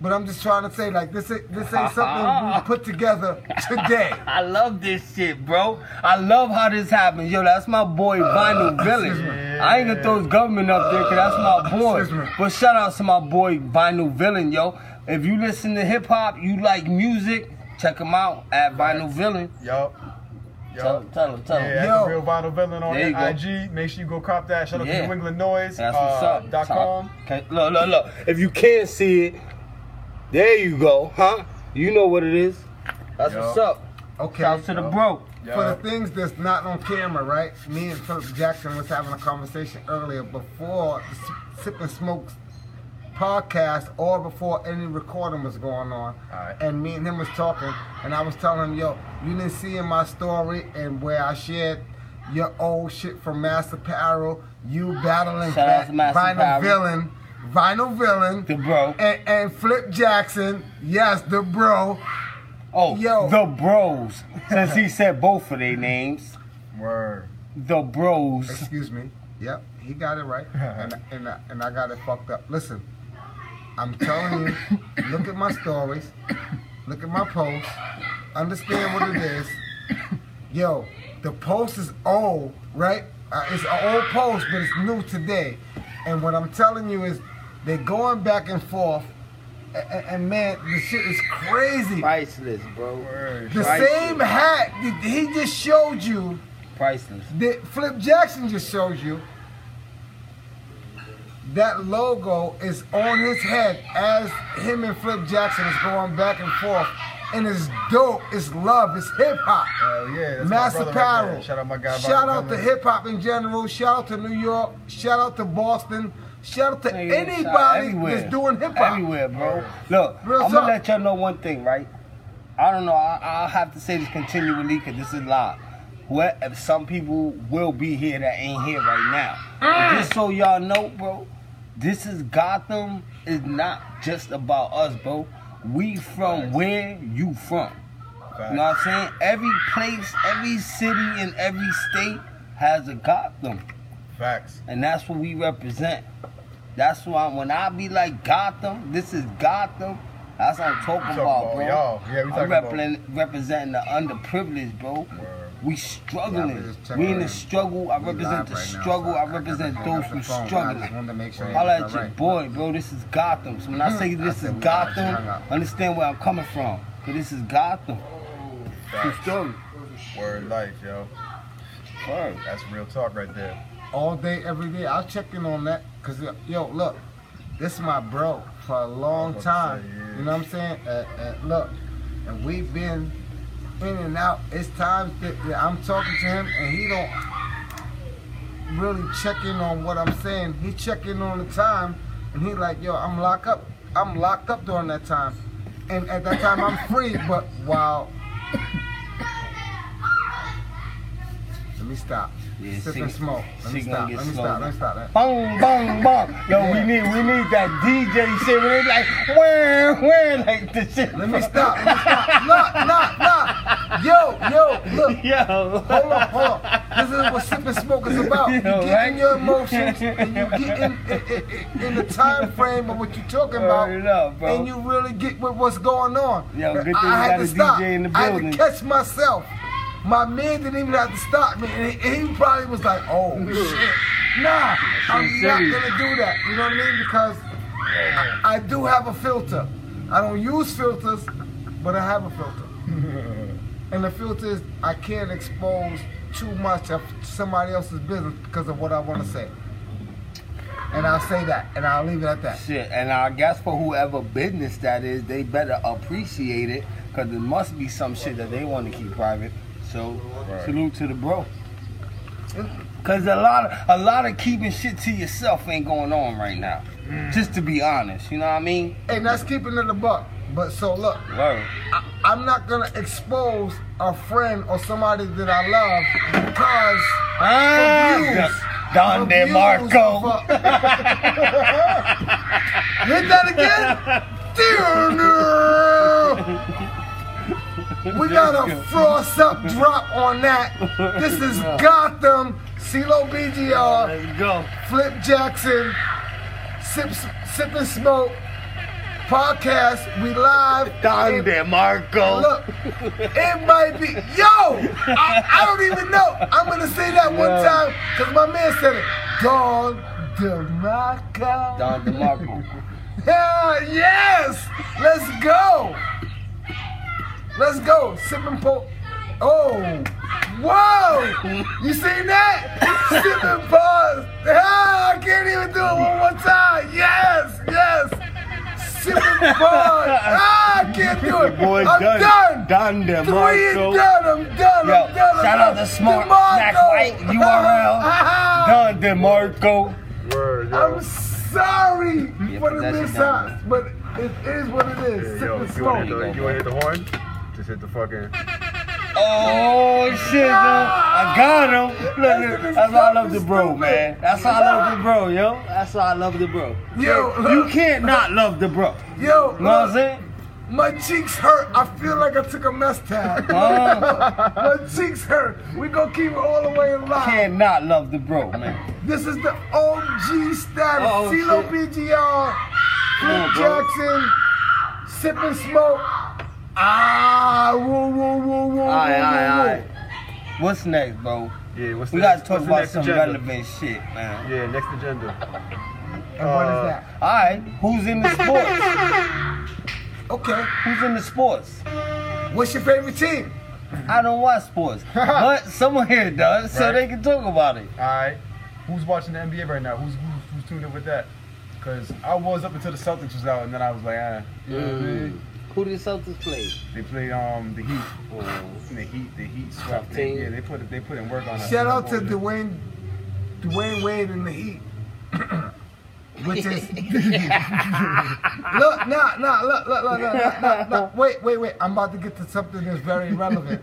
but I'm just trying to say like this. Ain't, this ain't something we put together today.
I love this shit, bro. I love how this happens. Yo, that's my boy
Uh,
Vinyl Village. I ain't gonna throw his government up there, cause
Uh,
that's my
Excuse
boy.
me.
But shout out to my boy Vinyl Villain, yo. If you listen to hip hop, you like music, check him out at Vinyl Villain.
Yo. Yo.
Tell him, tell him, tell him.
Yeah, that's
Yo.
the real vinyl villain on
There you go.
IG. Make sure you go cop that. Shout out
Yeah.
to New England Noise.
That's
uh,
what's up.
Dot com.
Okay, look, look, look. If you can't see it, there you go, huh? You know what it is. That's
Yo.
what's up.
Okay.
Shout out to the bro.
Yo.
For the things that's not on camera, right? Me and Philip Jackson was having a conversation earlier before the S- Sip and Smokes podcast or before any recording was going on.
Alright.
And me and him was talking, and I was telling him, yo, you didn't see in my story and where I shared your old shit from Master Apparel, you battling
Shout out
Fat
to Master
Vinyl
Apparel.
Villain, Vinyl Villain,
The bro.
and, and Flip Jackson, yes, the bro.
Oh,
Yo.
the bros. Since he said both of their names,
Word.
the bros.
Excuse me. Yep, he got it right, and and I, and I got it fucked up. Listen, I'm telling you, look at my stories, look at my posts, understand what it is. Yo, the post is old, right? Uh, it's an old post, but it's new today. And what I'm telling you is, they're going back and forth, and, and man, the shit is crazy.
Priceless, bro.
Word.
The
Priceless.
same hat that he just showed you
Priceless.
that Flip Jackson just showed you, that logo is on his head as him and Flip Jackson is going back and forth. And it's dope, it's love, it's hip hop.
Hell yeah. That's
Mass
my brother right
apparel.
there. Shout out my guy.
Shout
Vinyl
out to
Villain.
hip hop in general. Shout out to New York. Shout out to Boston. Shout out to
Nigga, shout out
anybody
everywhere.
that's doing hip hop.
Everywhere, bro. Look,
Real
I'm gonna
talk.
let y'all know one thing, right? I don't know. I, I'll have to say this continually because this is live. Where if some people will be here that ain't here right now. But Just so y'all know, bro, this is Gotham. Is not just about us, bro. We from where you from. You know what I'm saying? Every place, every city, and every state has a Gotham.
Facts.
And that's what we represent. That's why when I be like Gotham, this is Gotham. That's what I'm talking,
talking
about,
about
bro.
y'all. Yeah, we
I'm
talking about-
representing, representing the underprivileged, bro. We
Yeah, I
struggling.
was just
we in the
checking.
struggle. I
We
represent
live
the
right now,
struggle.
so
I
I got
represent
the phone,
those
got the
who's
phone. I
struggling.
just wanted to make sure it
Holla
was
at your
alright.
boy, bro. This is Gotham. So when I say
I
this
said
is
we got you hung
Gotham,
up.
understand where I'm coming from. Cause this is Gotham. True story.
Word life, yo. That's real talk right there.
all day, every day. I'll check in on that because yo, look, this is my bro for a long
about to
time.
say, yeah.
You know what I'm saying? Uh, uh, look, and we've been in and out. It's times that that I'm talking to him and he don't really check in on what I'm saying. He check in on the time and he like, yo, I'm locked up. I'm locked up during that time. And at that time I'm free, but while Let me stop.
Yeah,
Sip
she-
and smoke. Let me
she gonna
stop.
get
Let me
slow,
stop.
bro.
Let me stop. Let
Boom, boom, boom. Yo, we
Yeah.
need we need that DJ shit. We need like where where like the shit.
Let me stop. Let me stop. Nah, nah, nah. Yo, yo, look.
Yo.
Hold up, hold up. This is what sipping smoke is about. You
know,
get
right?
in your emotions and you get in, in, in, in the time frame of what you're talking about,
Word up, bro.
and you really get with what's going on.
Yo, good thing
I
we
had
got
to
a
stop.
DJ in the
I had
building.
to catch myself. My man didn't even have to stop me, and he, and he probably was like, "Oh shit, nah, I'm not
serious.
gonna do that." You know what I mean? Because I, I do have a filter. I don't use filters, but I have a filter. And the filter is I can't expose too much of somebody else's business because of what I want to say. And I'll say that, and I'll leave it at that.
Shit, and I guess for whoever business that is, they better appreciate it because there must be some shit that they want to keep private. So salute to the bro. Cause a lot of a lot of keeping shit to yourself ain't going on right now. Just to be honest, you know what I mean?
And that's keeping it a buck. But so look,
Word.
I, I'm not gonna expose a friend or somebody that I love because views.
Ah, Don
of views
DeMarco.
of a- Hit that again. Dear no. We got a frost up drop on that. This is Gotham, CeeLo BGR,
Let's go.
Flip Jackson, Sip, Sip and Smoke podcast. We live.
Don
It-
DeMarco.
Look, it might be. Yo, I, I don't even know. I'm gonna say that one
Yeah.
time because my man said it. Don DeMarco.
Don Uh, DeMarco.
Yeah, yes! Let's go! Let's go! Sip and po. Oh! Whoa! You seen that? Sip and pause! Ah, I can't even do it one more time! Yes! Yes! Sip and pause! Ah, I can't do it!
Boy,
I'm
done.
done!
Don
Three
DeMarco.
and done! I'm done!
Yo,
I'm done! I'm
shout out
done.
to Smart
DeMarco.
Mac White, URL. Don DeMarco.
Word,
I'm sorry
Yeah,
for the
that's a
mishaps, but it is what it is. Sip
Yo,
and
if you wanna
smoke.
hit the- you wanna hit the horn? Just hit the fucking.
Oh shit, yo. I got him. Look, that's why I love the bro, man. That's why I love the bro, yo. That's why I love the bro.
Yo,
You
look.
can't not love the bro.
Yo,
You know what I'm
look,
saying?
my cheeks hurt. I feel like I took a mess tab.
Uh,
my cheeks hurt. We gonna keep it all the way alive.
can't not love the bro, man.
This is the OG status.
Oh,
CeeLo
shit.
BGR,
on,
Flip
bro.
Jackson, Sip and Smoke. Ah, woo, woo, woo, woo, woo,
All right, all right, all
woo,
right. What's next, bro?
Yeah, what's
We
the-
gotta talk
what's the
about
next
some
agenda?
relevant shit, man.
Yeah, next agenda.
woo. And what
Uh,
is that?
All right, who's in the sports?
Okay.
Who's in the sports?
What's your favorite team?
I don't watch sports, but someone here does, so
Right.
they can talk about it.
All right, who's watching the NBA right now? Who's who's, who's tuned in with that? Cause I was up until the Celtics was out, and then I was like, ah,
Who did Celtics play?
they played um the Heat. And the Heat, the Heat swept. They,
team.
yeah, they put they put in work on us.
Shout out to
the
Dwayne, Dwayne Wade and the Heat. which is look, nah, nah, look, look, look, look, nah, nah, nah. wait, wait, wait. I'm about to get to something that's very relevant.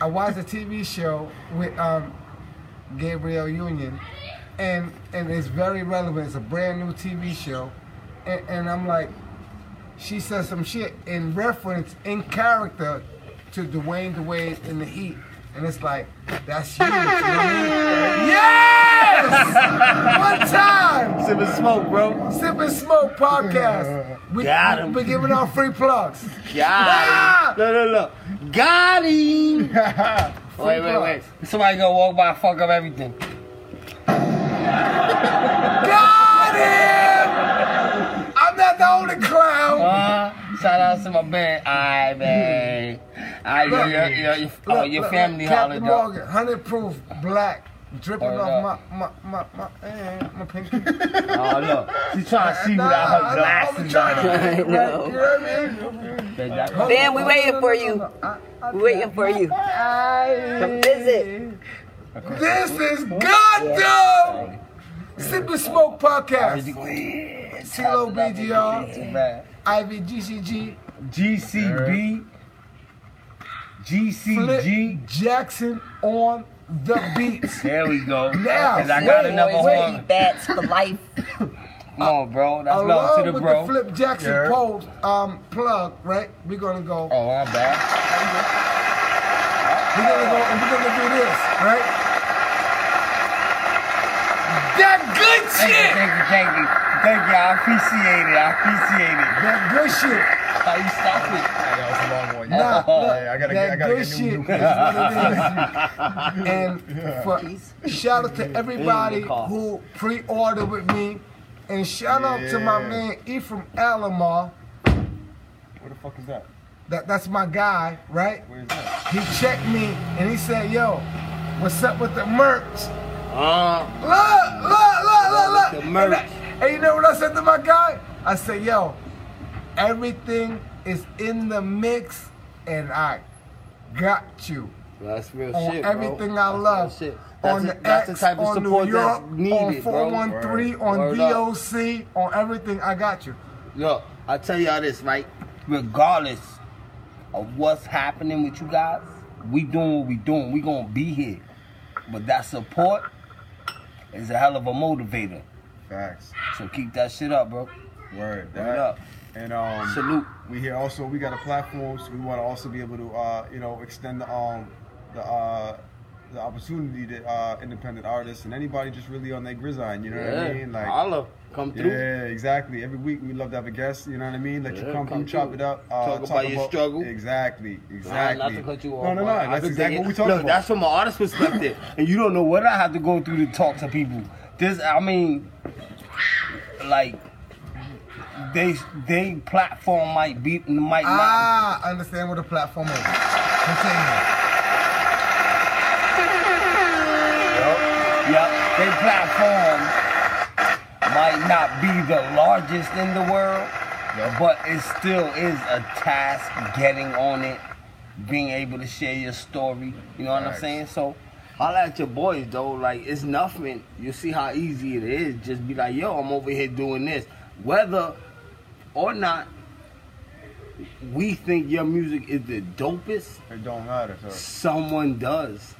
I watched a TV show with um, Gabriel Union, and and it's very relevant. It's a brand new TV show, and, and I'm like, she says some shit in reference, in character, to Dwayne Dwayne in the Heat, and it's like, that's you. you know what I mean? Yes, one time.
Sipping smoke, bro.
Sip and Smoke podcast. We,
Got him.
We're giving out free plugs.
Got him. Look, look, look. Got him. wait, wait, wait. Somebody gonna walk by and fuck up everything.
Got him! I'm not the only clown.
Uh, shout out to my band. Alright, man. Alright, your, your, your, your, oh, your
Look,
family
look,
holiday.
Captain Morgan, 100 proof, black, dripping
Word
off my, my, my, my, eh, my pinky.
Oh, look. She trying to see without her
I'm
glasses
trying
on.
to,
I know.
You know what I mean?
That-
Ben, we waiting for you.
No, I- I-
We're waiting for you. Come visit.
This is goddamn Sip and Smoke Podcast. CeeLo BGR,
Man.
Ivy GCG,
GCB.
Flip
GCG.
Jackson on the beats.
There we go.
Now,
'Cause I got
wait,
another
Boys, we
one.
bats for life.
Come on, bro. That's love
Along
to the
with
bro.
the Flip Jackson
Yeah.
post um, plug, right? We're gonna go.
Oh, I'm back.
We're gonna go and we're gonna do this, right? That good
Thank you,
shit.
thank you, thank you. Thank you. I appreciate it. I appreciate it.
That good shit.
How you stop
Yeah, that was a long one. Yeah.
Nah,
Oh,
look,
yeah, I gotta get-
that
I gotta
good
get new-
shit
new-
is what it is. and for, shout out to everybody
call.
who pre-ordered with me, and shout out to my
Yeah.
man Ephraim Alomar.
Where the fuck is that?
That that's my guy, right?
Where is that?
He checked me and he said, "Yo, what's up with the merch?"
it? Uh,
Look, look, look, look, look.
The merch.
And, I- and you know what I said to my guy? I said, yo, everything is in the mix and I got you.
That's real
On
shit,
everything
bro.
I
That's
love.
real shit. That's,
On
the,
the
that's
X,
the type of
on
support
New York,
that's needed,
on 413,
bro.
on
Word up.
DOC, on everything, I got you.
Look, I tell y'all this, right? Regardless of what's happening with you guys, we doing what we doing. We gonna be here. But that support is a hell of a motivator.
Facts.
So keep that shit up, bro.
Word.
Word up.
And um,
Salute.
We here also. We got a platform, so we want to also be able to, uh, you know, extend the um, the uh, the opportunity to uh, independent artists and anybody just really on their grizzine. You know what I mean? Like,
holla. Come through.
yeah, exactly. Every week we love to have a guest. You know what I mean? Let
Yeah,
you come,
come
through, chop
through.
it up, uh,
Talk about your struggle.
Exactly,
Nah,
exactly.
not to cut you off.
No, no, no.
but I've
That's
been
exactly
thinking-
what we talking
Look,
about.
that's from an artist perspective, and you don't know what I have to go through to talk to people. This, I mean, like they they platform might be might not.
Ah, I understand what the platform is. Continue.
Yep, they platform might not be the largest in the world, but it still is a task getting on it, being able to share your story. You know what I'm
Facts.
saying? So, holla at your boys, though. Like, it's nothing. You see how easy it is. Just be like, yo, I'm over here doing this. Whether or not we think your music is the dopest,
It don't matter. So.
someone does.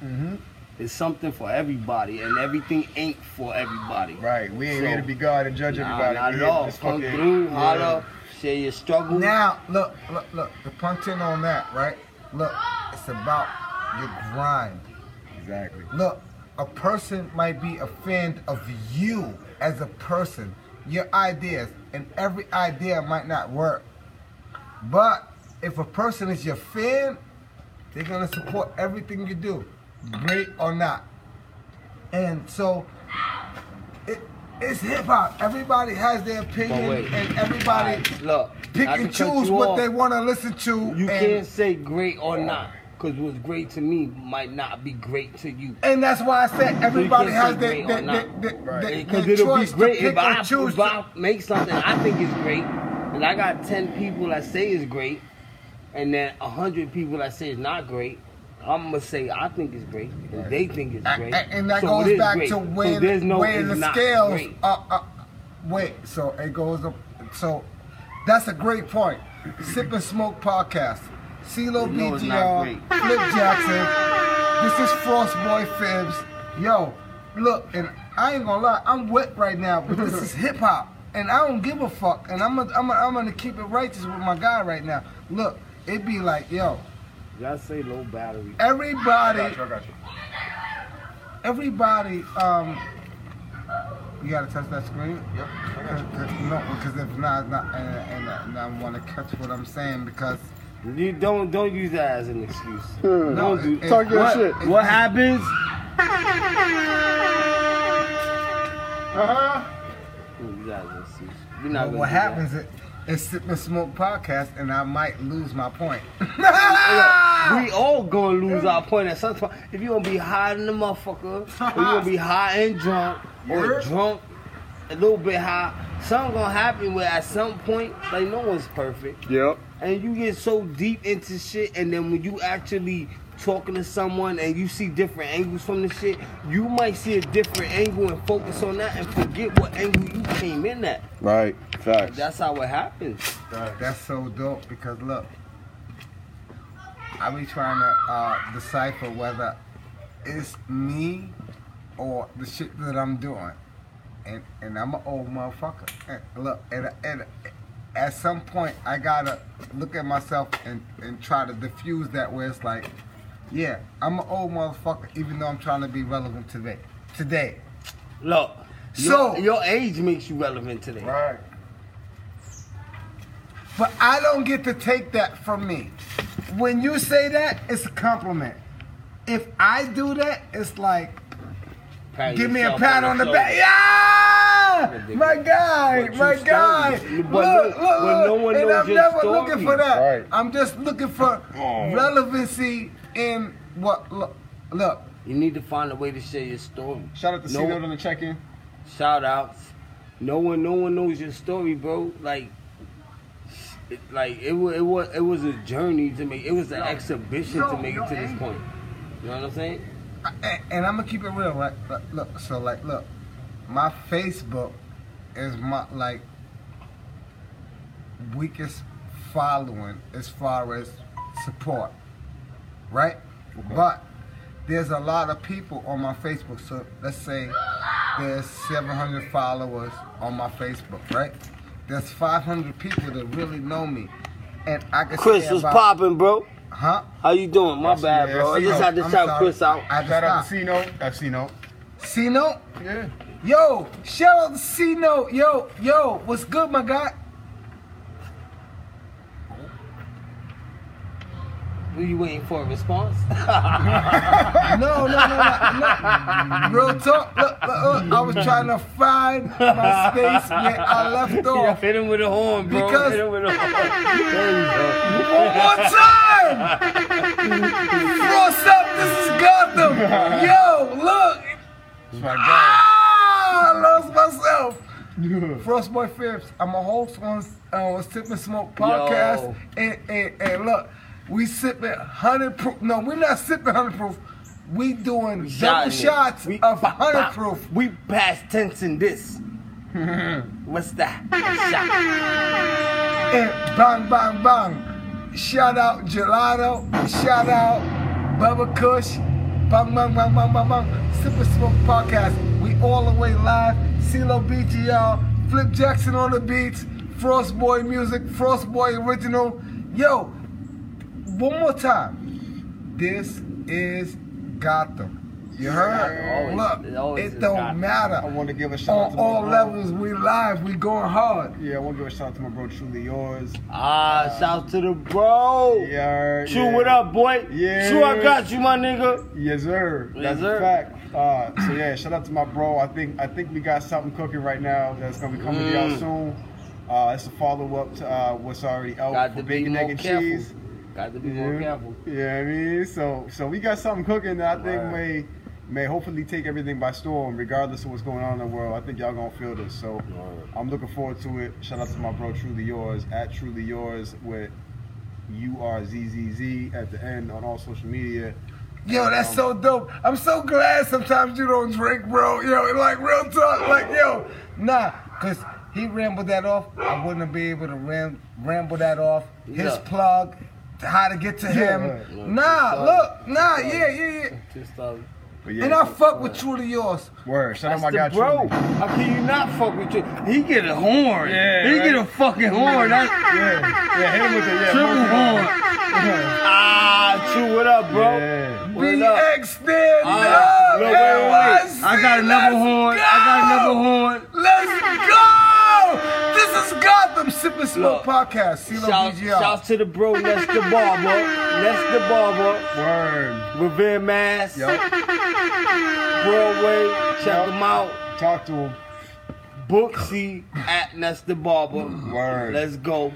It's something for everybody, and everything ain't for everybody.
Right. We ain't
So-
here to be God and judge
Nah,
everybody.
not
We
at
here to
all.
just
Come
fucking-
through,
yeah.
holla, share your struggle.
Now, look, look, look, the punching on that, right? Look, it's about your grind.
Exactly.
Look, a person might be a fan of you as a person, your ideas, and every idea might not work. But if a person is your fan, they're gonna support everything you do, great or not. And so, it, it's hip hop. Everybody has their
But
opinion,
wait.
and everybody
Alright, look,
pick
not to
and
cut you
choose what
off,
they wanna listen to.
You
and,
can't say great or not, because what's great to me might not be great to you.
And that's why I said everybody
can't
has
say
their
great
their,
or
their,
not.
their,
Right.
their,
Because
their
it'll be
choice
great
to pick
if I,
or choose.
if I make something I think is great, and I got ten people that say it's great, and then hundred people that say it's not great. I'm gonna say I think it's great, and they think it's
A-
great,
a- and that
So it
goes
is
back
great.
to
So
when
there's no
when
it's
the
not
scales
great.
are, are, Wait, so it goes up. So that's a great point. Sip and Smoke Podcast. CeeLo
You know it's not
BGR, Flip Jackson. This is Frost Boy Fibs. Yo, look, and I ain't gonna lie, I'm wet right now, but this is hip hop. And I don't give a fuck. And I'm gonna, I'm gonna, I'm gonna keep it righteous with my guy right now. Look, it be like, yo,
Y'all say low battery.
everybody,
got you, I got you.
everybody, um, you gotta touch that screen.
Yep, I got
Cause,
you.
'cause- no, because if not, not and, and, and I want to catch what I'm saying because
You don't don't use that as an excuse.
no,
Don't do
it- it-
Talk your
what-
shit.
it-
What happens?
Uh-huh.
Don't use that as an excuse. We're not
But
gonna
what
do that.
happens is it's sip and smoke podcast, and I might lose my point.
We all gonna lose our point at some point. If you gonna be high in the motherfucker, or you gonna be high and drunk, or
Yeah.
drunk, a little bit high, something gonna happen where at some point, like no one's perfect.
Yep.
And you get so deep into shit, and then when you actually talking to someone and you see different angles from the shit, you might see a different angle and focus on that and forget what angle you came in at.
Right. Facts.
That's how it happens.
That's so dope because look, I be trying to uh, decipher whether it's me or the shit that I'm doing, and and I'm an old motherfucker. And look, and, and at some point I gotta look at myself and and try to diffuse that where it's like, yeah, I'm an old motherfucker, even though I'm trying to be relevant today. Today,
Look,
So-
your, your age makes you relevant today.
Right.
But I don't get to take that from me. When you say that, it's a compliment. If I do that, it's like,
Pat
give me a
yourself
pat on the
shoulder.
back. Yeah!
Ridiculous.
My guy,
But you
my
started-
guy.
you-
Look,
but
look,
no- but no
look.
one
And
knows
I'm
your
never
story. Oh.
looking for that.
Right.
I'm just looking for relevancy in what, look, look.
You need to find a way to share your story.
Shout out to
No-
CeeLo on the check-in.
Shout outs. No one, no one knows your story, bro. Like, it, like it was, it was, it was a journey to make. It was an exhibition
yo,
to make
yo,
it to this
ain't-
point. You know what I'm saying?
and, and I'm gonna keep it real, right? Look, look, so like, look, my Facebook is my like weakest following as far as support, right? But there's a lot of people on my Facebook. So let's say there's 700 followers on my Facebook, right? There's 500 people that really know me, and I can
Chris
say
was
about-
popping, bro.
huh?
How you doing? My bad,
yeah,
bro. I
see,
just
no,
had to
I'm
shout
sorry.
Chris out.
I just
Shout out
stopped.
to C-Note. That's C-Note.
See no?
Yeah.
Yo, shout out to C Note. Yo, yo, what's good, my guy?
Were you waiting for a response?
No, no, no, no. no. Real talk. Look, look, look, I was trying to find my space where I left
Yeah,
off.
hit him with a horn, bro.
Because-
hit him with a horn. There you go.
One more time! What's up? This is Gotham. Yo, look.
That's my guy.
Ah, I lost myself. Frostboy Phipps. I'm a host on uh, Sip and Smoke podcast.
Yo.
And, and, and look, we sipping 100 proof. No, we're not sipping 100 proof. We doing double
Shotting it.
shots
We-
of
pop,
100
pop.
proof.
We past tense in this. What's that? A
And bang, bang, bang. Shout out Gelato. Shout out Bubba Kush. Bang, bang, bang, bang, bang, bang. Sip and Smoke podcast. We all the way live. CeeLo BGL. Flip Jackson on the beats. Frost Boy music. Frost Boy original. Yo, one more time. This is Gotham. You heard?
Always- it
Look,
always
it
is
don't
Gotham.
matter.
I want to give a shout out
On
to my
all
bro.
levels, we live. We going hard.
Yeah, I want to give a shout out to my bro, Truly Yours.
shot. Ah, shout to the bro.
Um, Yeah.
Chew
yeah.
it up, boy.
Yeah.
Chew, I got you, my nigga.
Yes, sir.
Yes,
That's
sir.
a fact. Uh, so yeah, shout out to my bro. I think I think we got something cooking right now that's gonna be coming to y'all
Mm.
soon. Uh, it's a follow up to uh, what's already out
Got
for
to be
bacon,
more
egg, and
careful.
cheese.
Got to be
Yeah.
more careful.
Yeah, I mean, so so we got something cooking that I think
Right.
may may hopefully take everything by storm, regardless of what's going on in the world. I think y'all gonna feel this. So I'm looking forward to it. Shout out to my bro, Truly Yours at Truly Yours with U R Z Z Z at the end on all social media.
Yo, that's so dope. I'm so glad sometimes you don't drink, bro. Yo, like real talk, like yo, nah. Cause he rambled that off. I wouldn't be able to ram, ramble that off. His
Yeah.
plug, how to get to him.
right.
Nah, look, nah, yeah, yeah, yeah.
Just,
Oh
um,
But
And I
yeah,
fuck with truly yours.
word. Shout out
That's
my
the
guy,
bro.
Truly.
How can you not fuck with you? He get a horn.
Yeah,
he
right.
get a fucking horn. That
Yeah, yeah, hit him with the yeah.
triple
Marcus.
horn. ah, true. What up, bro?
Yeah.
What up?
BX stand
Ah,
up.
look, wait, wait, wait.
NYC,
I got another
let's
horn.
Go.
I got another horn.
Let's go. This is Gotham Sipping Smoke
Look.
Podcast. CeeLo
Shout,
BGR.
shout to the bro, Les the Barber. Les the Barber.
Word.
Revere Mass.
Yup.
Broadway. Check them out.
Talk to him.
Booksy at Les the Barber.
Word.
Let's go.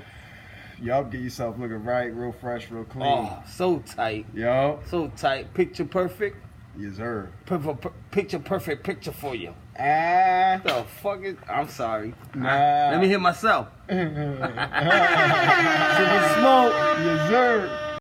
Yup. Get yourself looking right, real fresh, real clean.
Oh, so tight.
Yup.
So tight. Picture perfect.
Yes, sir.
Per- per- Picture perfect picture for you.
Ah.
The fuck is, I'm sorry.
Nah.
Let me hit myself. Sippin' smoke.
Yes, sir.